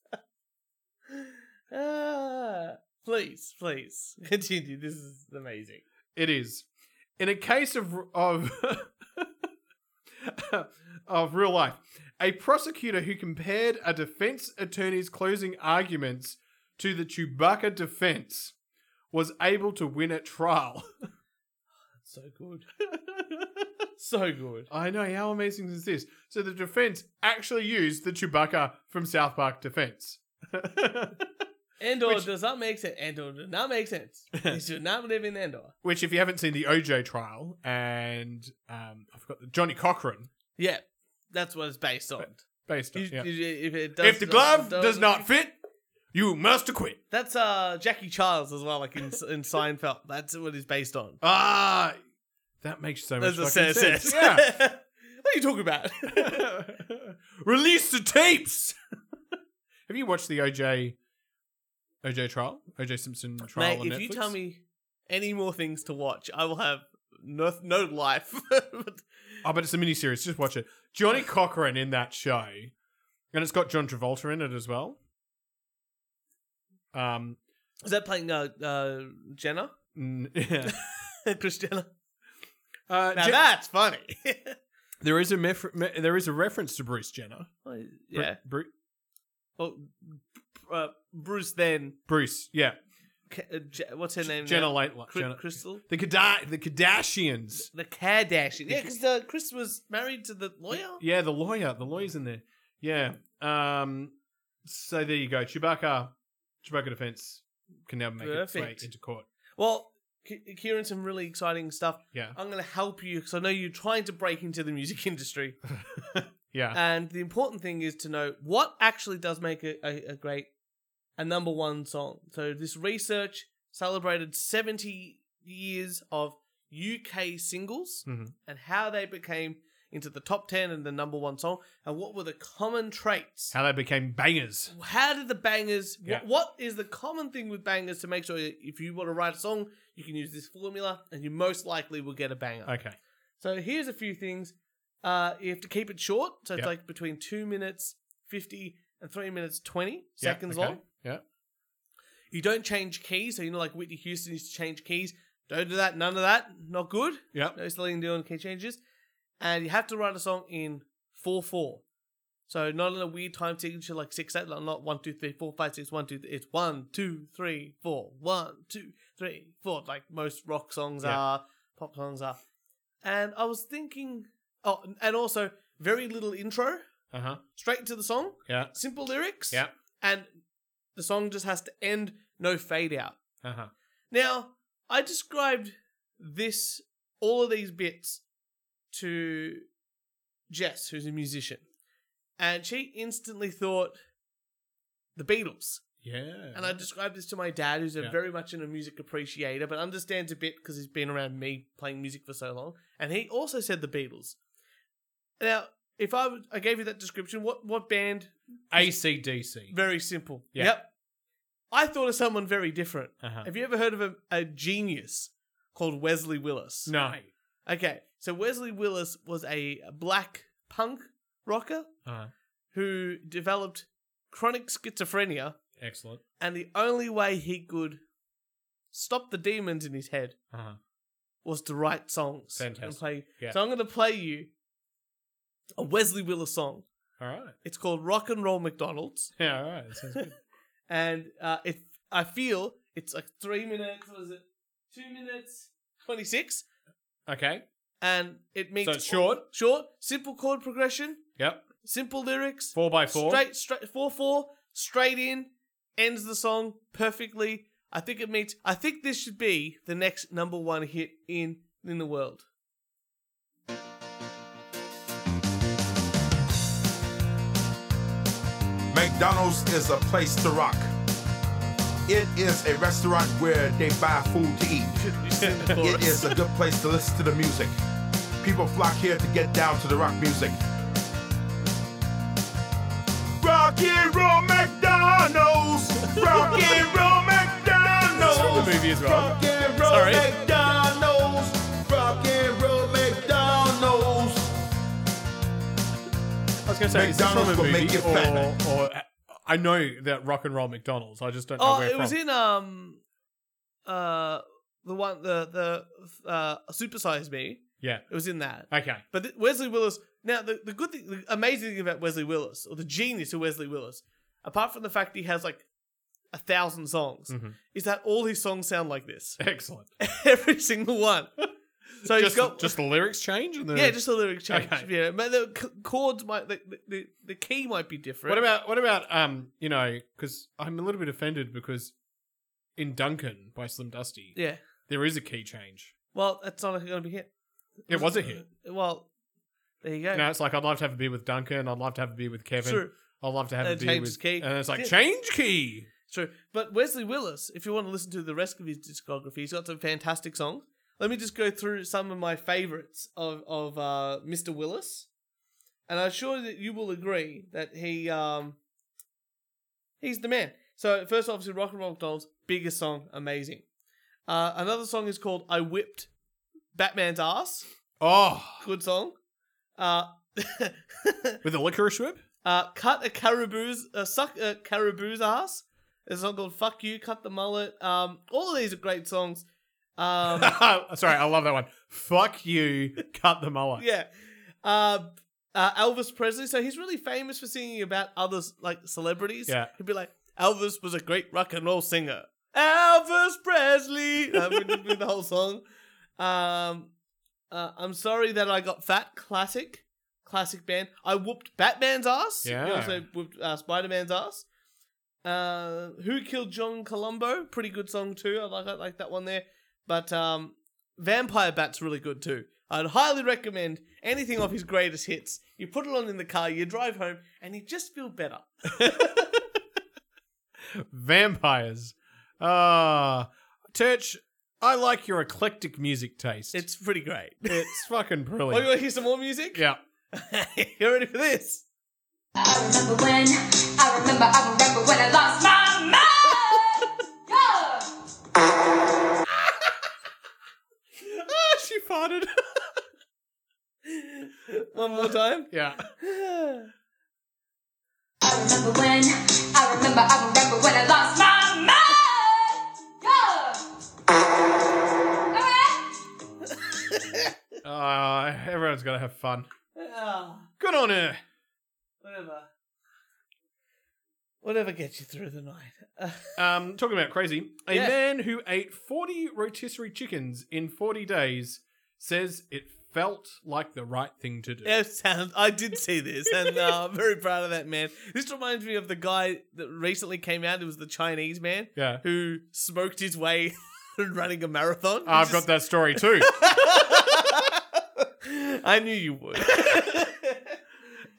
Ah, please, please continue. This is amazing. It is. In a case of of of real life, a prosecutor who compared a defense attorney's closing arguments to the Chewbacca defense was able to win at trial. So good. so good. I know how amazing is this. So the defense actually used the Chewbacca from South Park defense. Andor does not make sense. Andor does not make sense. He should not live in Andor. Which, if you haven't seen the OJ trial, and um, I forgot the Johnny Cochran Yeah, that's what it's based on. based on. You- yeah. you- if, it does If the glove does not fit, you must acquit. that's uh Jackie Charles as well, like in in Seinfeld. That's what it's based on. Ah, that makes so much That's what fucking Sarah sense. says. Yeah. what are you talking about? Release the tapes. Have you watched the OJ OJ trial? OJ Simpson trial Mate, on if Netflix? you tell me any more things to watch, I will have no no life. But oh, but it's a miniseries. Just watch it. Johnny Cochran in that show, and it's got John Travolta in it as well. Um, Is that playing uh, uh Jenna? n- yeah. Chris Jenner? Uh, Now Je- that's funny. there is a mef- me- there is a reference to Bruce Jenner. Bru- yeah. Bru- Well, uh, Bruce then. Bruce, yeah, K- uh, J- What's her name? Jenna now? Laidlaw. Cri- Jenna- Crystal? The Kada- the Kardashians. The Kardashian. Yeah, because uh, Chris was married to the lawyer. Yeah, the lawyer. The lawyer's in there. Yeah. Um. So there you go. Chewbacca. Chewbacca defense can now make its way Perfect. into court. Well, K- Kieran, some really exciting stuff. Yeah. I'm going to help you because I know you're trying to break into the music industry. Yeah. And the important thing is to know what actually does make a, a, a great a number one song. So this research celebrated 70 years of UK singles Mhm. and how they became into the top 10 and the number one song? And what were the common traits? How they became bangers. How did the bangers? Yeah. Wh- what is the common thing with bangers to make sure that if you want to write a song, you can use this formula and you most likely will get a banger? Okay. So here's a few things. Uh, you have to keep it short, so Yep. it's like between two minutes fifty and three minutes twenty Yeah, seconds okay. long. Yeah. You don't change keys, so you know like Whitney Houston used to change keys. Don't do that. None of that. Not good. Yep. No Celine Dion key changes. And you have to write a song in 4 4. So not in a weird time signature like 6 8, like not 1, 2, 3, 4, 5, 6, 1, 2, th- it's 1, 2, 3, 4, 1, 2, 3, 4, like most rock songs Yeah. are, pop songs are. And I was thinking, oh, and also very little intro, Uh huh. straight to the song, Yeah. simple lyrics. Yeah. And the song just has to end, no fade out. Uh huh. Now, I described this, all of these bits, to Jess, who's a musician, and she instantly thought the Beatles. Yeah. And I described this to my dad, who's a Uh-huh. Yeah. very much in a music appreciator, but understands a bit because he's been around me playing music for so long. And he also said the Beatles. Now, if I, w- I gave you that description, what what band? ACDC. Very simple. Yeah. Yep. I thought of someone very different. Uh-huh. Have you ever heard of a, a genius called Wesley Willis? No. Okay, so Wesley Willis was a black punk rocker Uh-huh. who developed chronic schizophrenia, Excellent. and the only way he could stop the demons in his head Uh huh. was to write songs and Fantastic. play. Yeah. So I'm going to play you a Wesley Willis song. All right. It's called Rock and Roll McDonald's. Yeah. All right. That sounds good. and uh, if I feel it's like three minutes, what is it? Two minutes twenty six, okay. and it means So it's short. short, simple chord progression, Yep. simple lyrics, Four by four. straight, straight, four four, straight in, ends the song perfectly. I think it meets. I think this should be the next number one hit in in the world. McDonald's is a place to rock. It is a restaurant where they buy food to eat. It is a good place to listen to the music. People flock here to get down to the rock music. Rock and roll McDonald's. Rock and roll McDonald's. The movie as well. Rock and roll Sorry. McDonald's. Rock and roll McDonald's. I was going to say, is this from a McDonald's will make movie you or, fat. or I know that rock and roll McDonald's. I just don't know Oh, where it from. was in um, uh, the one the the uh, supersize me. yeah. It was in that. Okay. But th- Wesley Willis. Now, the, the good thing, the amazing thing about Wesley Willis, or the genius of Wesley Willis, apart from the fact he has like a thousand songs, Mhm. is that all his songs sound like this. Excellent. Every single one. So just, he's got. just the lyrics change and the yeah, just a lyric change. Okay. Yeah, but the c- chords might, the, the, the key might be different. What about what about um you know because I'm a little bit offended because in Duncan by Slim Dusty Yeah. there is a key change. Well, that's not going to be hit. It was a hit. Well, there you go. You know, it's like I'd love to have a beer with Duncan. I'd love to have a beer with Kevin. True. I'd love to have And a beer change with key. And it's like Yeah. change key. True. But Wesley Willis, if you want to listen to the rest of his discography, he's got some fantastic songs. Let me just go through some of my favorites of, of uh, Mr. Willis. And I'm sure that you will agree that he um, he's the man. So first obviously Rock and Roll McDonald's, biggest song, amazing. Uh, another song is called I Whipped Batman's Ass. Oh, Good song. Uh, with a licorice whip. Uh, cut a caribou's, uh, suck a caribou's ass. There's a song called "Fuck You," cut the mullet. Um, all of these are great songs. Um, Sorry, I love that one. Fuck you, cut the mullet. yeah. Uh, uh, Elvis Presley. So he's really famous for singing about others like celebrities. Yeah. He'd be like, Elvis was a great rock and roll singer. Elvis Presley. Uh, we did the whole song. Um, uh, I'm sorry that I got fat. Classic, classic band. I whooped Batman's ass. He Yeah. also whooped uh, Spider Man's ass. Uh, Who killed John Colombo? Pretty good song too. I like I like that one there. But um, Vampire Bat's really good too. I'd highly recommend anything off his greatest hits. You put it on in the car, you drive home, and you just feel better. Vampires. Ah, Uh, Turch. I like your eclectic music taste. It's pretty great. it's fucking Oh, you brilliant. want to hear some more music? Yeah. you ready for this? I remember when, I remember, I remember when I lost my mind. Yeah. Ah, she farted. One more time. yeah. I remember when, I remember, I remember when I lost my mind. Yeah. All right. Uh, everyone's gonna have fun. Good on her. Whatever. Whatever gets you through the night. Uh, Um, talking about crazy, a Yeah. man who ate 40 rotisserie chickens in 40 days says it felt like the right thing to do. yeah, sounds, I did see this, and uh, I'm very proud of that man. This reminds me of the guy that recently came out. It was the Chinese man Yeah. who smoked his way through running a marathon. I've got that story too. that. I knew you would.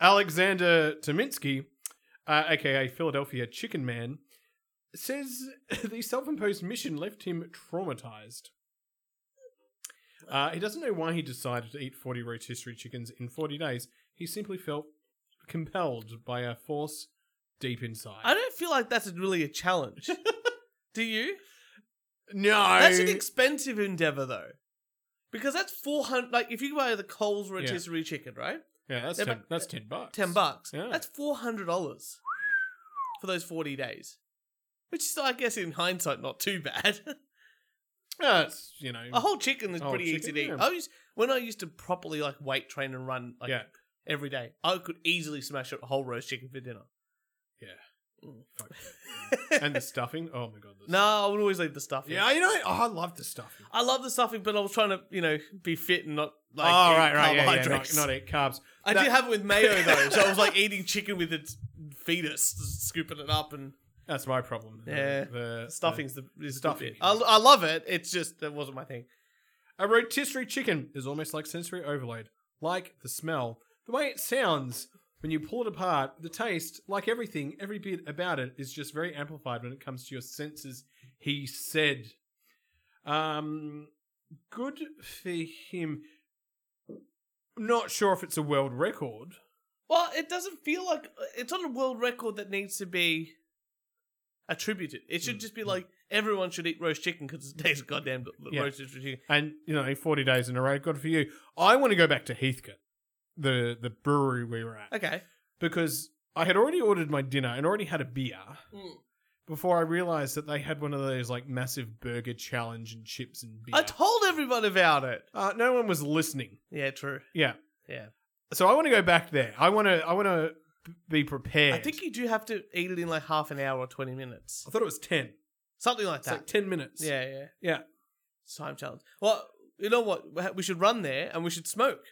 Alexander Tominsky, uh, aka Philadelphia Chicken Man, says the self imposed mission left him traumatized. Uh, he doesn't know why he decided to eat 40 rotisserie chickens in 40 days. He simply felt compelled by a force deep inside. I don't feel like that's really a challenge. Do you? no. That's an expensive endeavor, though, because that's four hundred. Like, if you buy the Coles rotisserie chicken, right, yeah, that's Yeah, 10, but- that's 10 bucks. ten bucks. Yeah. That's four hundred dollars for those forty days, which is, I guess, in hindsight, not too bad. Yeah, it's, you know. a whole chicken is Whole pretty easy chicken, to eat. yeah. I used when I used to properly like weight train and run like Yeah. every day. I could easily smash a whole roast chicken for dinner. fuck. and the stuffing. Oh my god. the no, I would always leave the stuffing. Yeah, you know, oh, I love the stuffing. I love the stuffing, but I was trying to, you know, be fit and not like oh eat right, right, yeah, yeah, carbohydrates. not, not eat carbs. I That- did have it with mayo though, so I was like eating chicken with its fetus, scooping it up, and That's my problem. The- Yeah. the, stuffing's the is Stuffing. stuffing. I, I love it. It's just that wasn't my thing. the- a rotisserie chicken is almost like sensory overload, like the smell, the way it sounds when you pull it apart, the taste, like everything, every bit about it is just very amplified when it comes to your senses. He said, um, "Good for him." Not sure if it's a world record. Well, it doesn't feel like it's not a world record that needs to be attributed. It should just be like everyone should eat roast chicken because it tastes goddamn good, Yeah. roasted chicken. and you know, forty days in a row, good for you. I want to go back to Heathcote, the the brewery we were at, Okay, because I had already ordered my dinner and already had a beer Mm. before I realized that they had one of those like massive burger challenge and chips and beer. I told everyone about it. uh, no one was listening. Yeah, true. Yeah, Yeah. So I want to go back there. I want to. I want to be prepared. I think you do have to eat it in like half an hour or twenty minutes, I thought it was ten. something like It's that. like ten minutes. yeah, yeah. yeah. It's time challenge. Well, you know what? We should run there and we should smoke.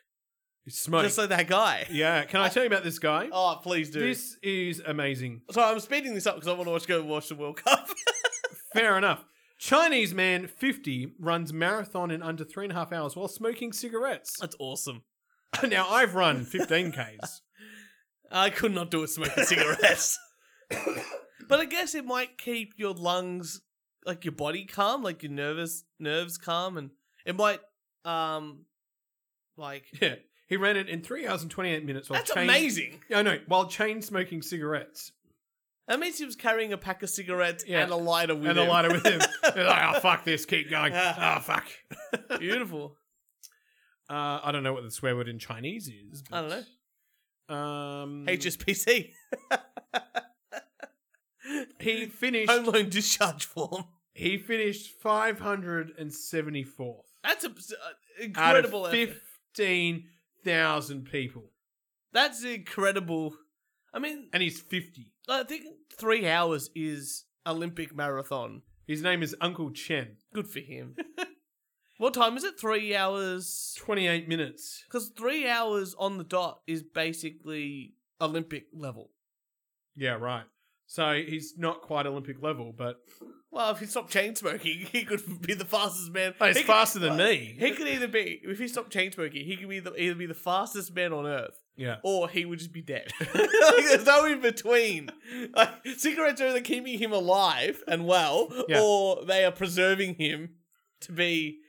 You smoke. Just like that guy. yeah. Can I tell you about this guy? Oh, please do. this is amazing. So I'm speeding this up because I want to watch go and watch the World Cup. Fair enough. Chinese man 50 runs marathon in under three and a half hours while smoking cigarettes. That's awesome. now, I've run 15Ks. I could not do it smoking cigarettes. but I guess it might keep your lungs, like your body calm, like your nervous nerves calm, and it might, um, like yeah. He ran it in three hours and 28 minutes while that's chain- amazing. Yeah, I know. While chain smoking cigarettes That means he was carrying a pack of cigarettes Yeah. and a lighter with and him. a lighter with him. They're like, oh, fuck this. Keep going. Yeah. Oh, fuck. Beautiful. Uh, I don't know what the swear word in Chinese is. I don't know. Um, HSPC he finished. home loan discharge form. He finished 574th That's a, uh, out of incredible. effort. 15,000 people, That's incredible. I mean, and he's 50. I think three hours is Olympic marathon. His name is Uncle Chen. Good for him. what time is it? Three hours? 28 minutes. Because three hours on the dot is basically Olympic level. Yeah, right. So he's not quite Olympic level, but Well, if he stopped chain smoking, he could be the fastest man. Oh, he's He could- faster than me. He could either be, if he stopped chain smoking, he could be the, either be the fastest man on earth, yeah. or he would just be dead. like, there's no in between. Like, cigarettes are either keeping him alive and well, Yeah. or they are preserving him to be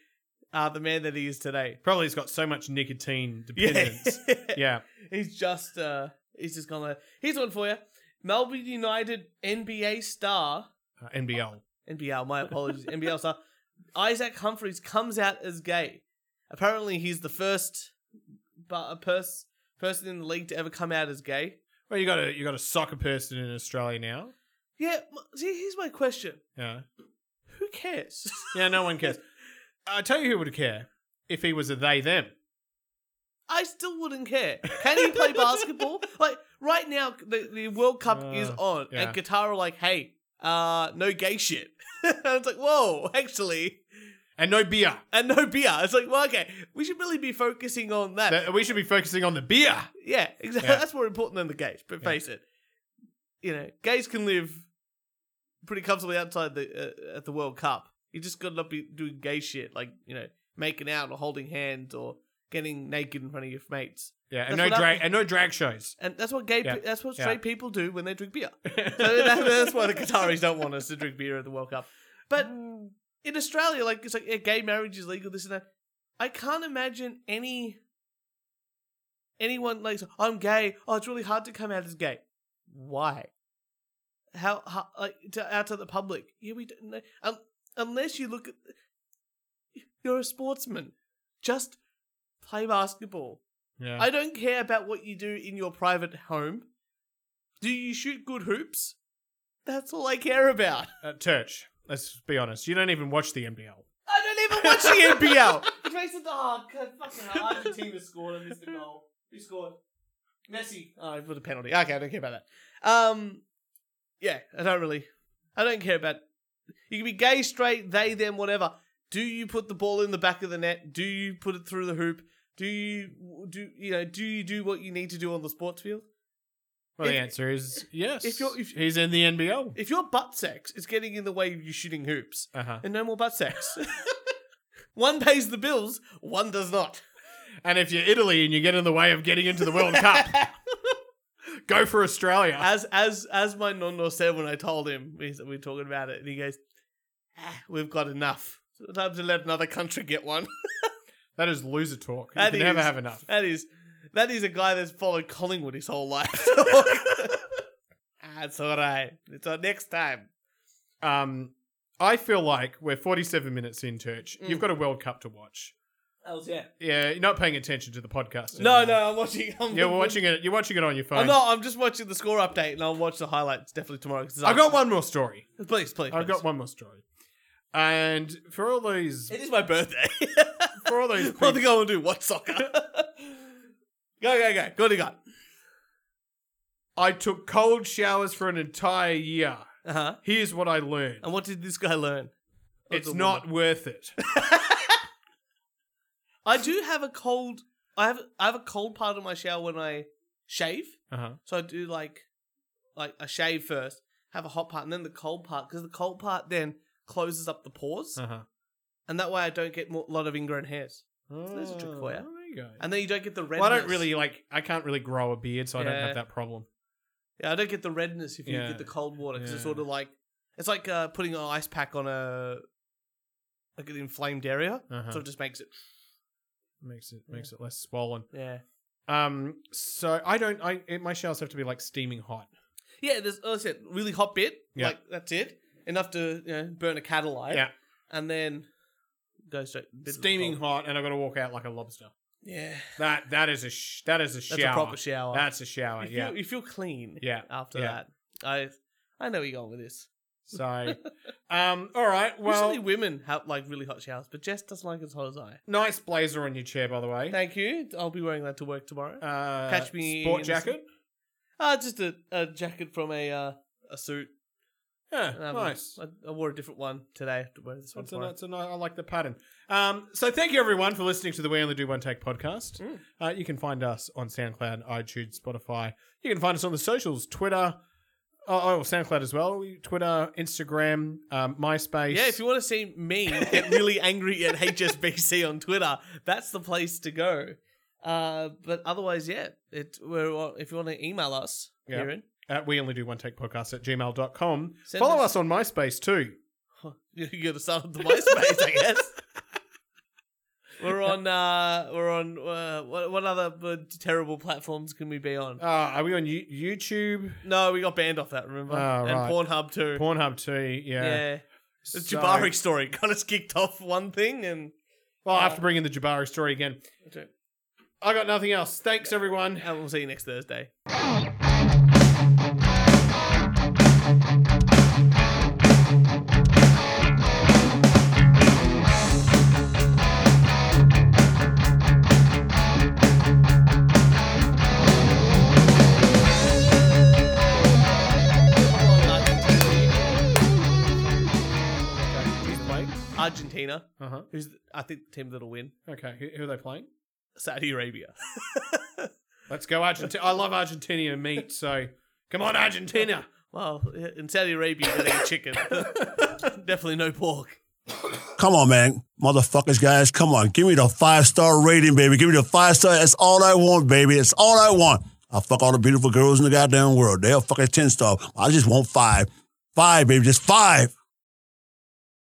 uh, the man that he is today. Probably he's got so much nicotine dependence. Yeah. yeah. He's just uh he's just gone like here's one for you. Melbourne United NBA star Uh, NBL. NBL, my apologies, NBL star Isaac Humphries comes out as gay. Apparently he's the first but a pers- person in the league to ever come out as gay. Well, you got a you got a soccer person in Australia now. Yeah, m- see here's my question. Yeah. Who cares? Yeah, no one cares. I tell you who would care if he was a they them. I still wouldn't care. Can he play basketball? Like right now, the, the World Cup is Uh, on, yeah. and Qatar are like, "Hey, uh, no gay shit." and it's like, "Whoa, actually," And no beer. and no beer. It's like, "Well, okay, we should really be focusing on that." That- we should be focusing on the beer. yeah, exactly. Yeah. That's more important than the gays. But Yeah. face it, you know, gays can live pretty comfortably outside the uh, at the World Cup. You just got to not be doing gay shit, like you know, making out or holding hands or getting naked in front of your mates. Yeah, and That's no what drag I- and no drag shows. And that's what gay. Yeah. Pe- that's what Yeah. straight people do when they drink beer. So that, that's why the Qataris don't want us to drink beer at the World Cup. But in Australia, like it's like yeah, gay marriage is legal. This and that. I can't imagine any anyone like I'm gay. Oh, it's really hard to come out as gay. Why? How, how like to, out to the public? Yeah, we don't know. Um, unless you look at you're a sportsman, just play basketball. Yeah. I don't care about what you do in your private home. Do you shoot good hoops? That's all I care about. uh, Turch, let's be honest. You don't even watch the NBL. I don't even watch the NBL. Trace of the oh, God, fucking hell, Argentina scored and missed the goal. Who scored? Messi. Oh, for the penalty. Okay, I don't care about that. Um, yeah, I don't really. I don't care about. You can be gay, straight, they, them, whatever. Do you put the ball in the back of the net? Do you put it through the hoop? Do you do you know? Do you do what you need to do on the sports field? Well, the If- answer is yes. if you're- if- he's in the NBL. If your butt sex is getting in the way of you shooting hoops, Uh-huh. and no more butt sex. one pays the bills, one does not. And if you're Italy and you get in the way of getting into the World Cup, go for Australia. As as as my nonno said when I told him we, we were talking about it, and he goes, ah, "We've got enough. Time to let another country get one." that is loser talk. You That can never is- have enough. That is that is a guy that's followed Collingwood his whole life. That's all right. It's on next time. Um, I feel like we're 47 minutes in, Turch. Mm. You've got a World Cup to watch. Else, yeah. Yeah, you're not paying attention to the podcast. No, anymore. no, I'm watching. I'm Yeah, we're watching it. You're watching it on your phone. I'm not. Oh, I'm just watching the score update, and I'll watch the highlights definitely tomorrow. 'cause it's I've got after- one more story. Please, please. I've got please. one more story. And for all those, It is my birthday. for all those, what peop- think I want to do? Watch soccer. go, go, go. Go to God. I took cold showers for an entire year. Uh huh. Here's what I learned: And what did this guy learn? Or it's the not woman? worth it. I do have a cold. I have I have a cold part of my shower when I shave. Uh-huh. So I do like like a shave first, have a hot part, and then the cold part because the cold part then closes up the pores, Uh huh. and that way I don't get more, lot of ingrown hairs, there's a trick for ya. Oh, there you go. and then you don't get the redness. Well, I don't really like. I can't really grow a beard, so I don't Yeah. have that problem. Yeah, I don't get the redness if you Yeah. get the cold water because it's Yeah. sort of like it's like uh, putting an ice pack on a like an inflamed area, Uh-huh. so it just makes it. makes it makes it less swollen. Yeah, Um, so I don't. I it, my showers have to be like steaming hot. yeah. There's oh, it really hot bit. Yeah. like that's it. Enough to you know burn a cattle alive. Yeah. and then go straight bit of the steaming cold. hot, and I've got to walk out like a lobster. Yeah, That that is a sh- that is a that's shower. a proper shower. That's a shower. you feel, yeah. you feel clean. Yeah, after yeah. that, I I know where you're going with this. So, um, all right. Well, Usually women have like really hot showers, but Jess doesn't like it as hot as I. nice blazer on your chair, by the way. Thank you. I'll be wearing that to work tomorrow. Uh, Catch me sport in the- jacket. Uh, just a, a jacket from a uh, a suit. Yeah, Um, nice. I, I wore a different one today. I have to wear this one That's a, tomorrow. that's a, ni- I like the pattern. Um, so thank you everyone for listening to the We Only Do One Take podcast. Mm. Uh, you can find us on SoundCloud, iTunes, Spotify. You can find us on the socials, Twitter. Oh, oh SoundCloud as well. We- Twitter, Instagram, um, MySpace. Yeah, if you want to see me get really angry at HSBC on Twitter, that's the place to go. Uh, but otherwise, yeah, it, we're, on- if you want to email us, Yeah. Kieran, at we only do one take podcast at gmail.com. Send Follow us- us on MySpace too. you got to start up the MySpace, I guess. We're on. Uh, we're on. Uh, what, what other uh, terrible platforms can we be on? Uh, are we on you- YouTube? No, we got banned off that. Remember? Oh, and right. Pornhub too. Pornhub too, yeah. yeah. The So- Jabari story got us kicked off one thing, and Well, I have Uh, to bring in the Jabari story again. I got nothing else. Thanks, everyone. and we'll see you next Thursday. Who's playing? Argentina, Uh huh. who's I think the team that'll win. Okay, who, who are they playing? Saudi Arabia. Let's go Argentina. I love Argentinian meat, so come on, Argentina. Well, in Saudi Arabia, you gotta eat chicken. Definitely no pork. Come on, man. Motherfuckers, guys, come on. Give me the five star rating, baby. Give me the five star. That's all I want, baby. That's all I want. I fuck all the beautiful girls in the goddamn world. They'll fucking 10 star. I just want five. Five, baby. Just five.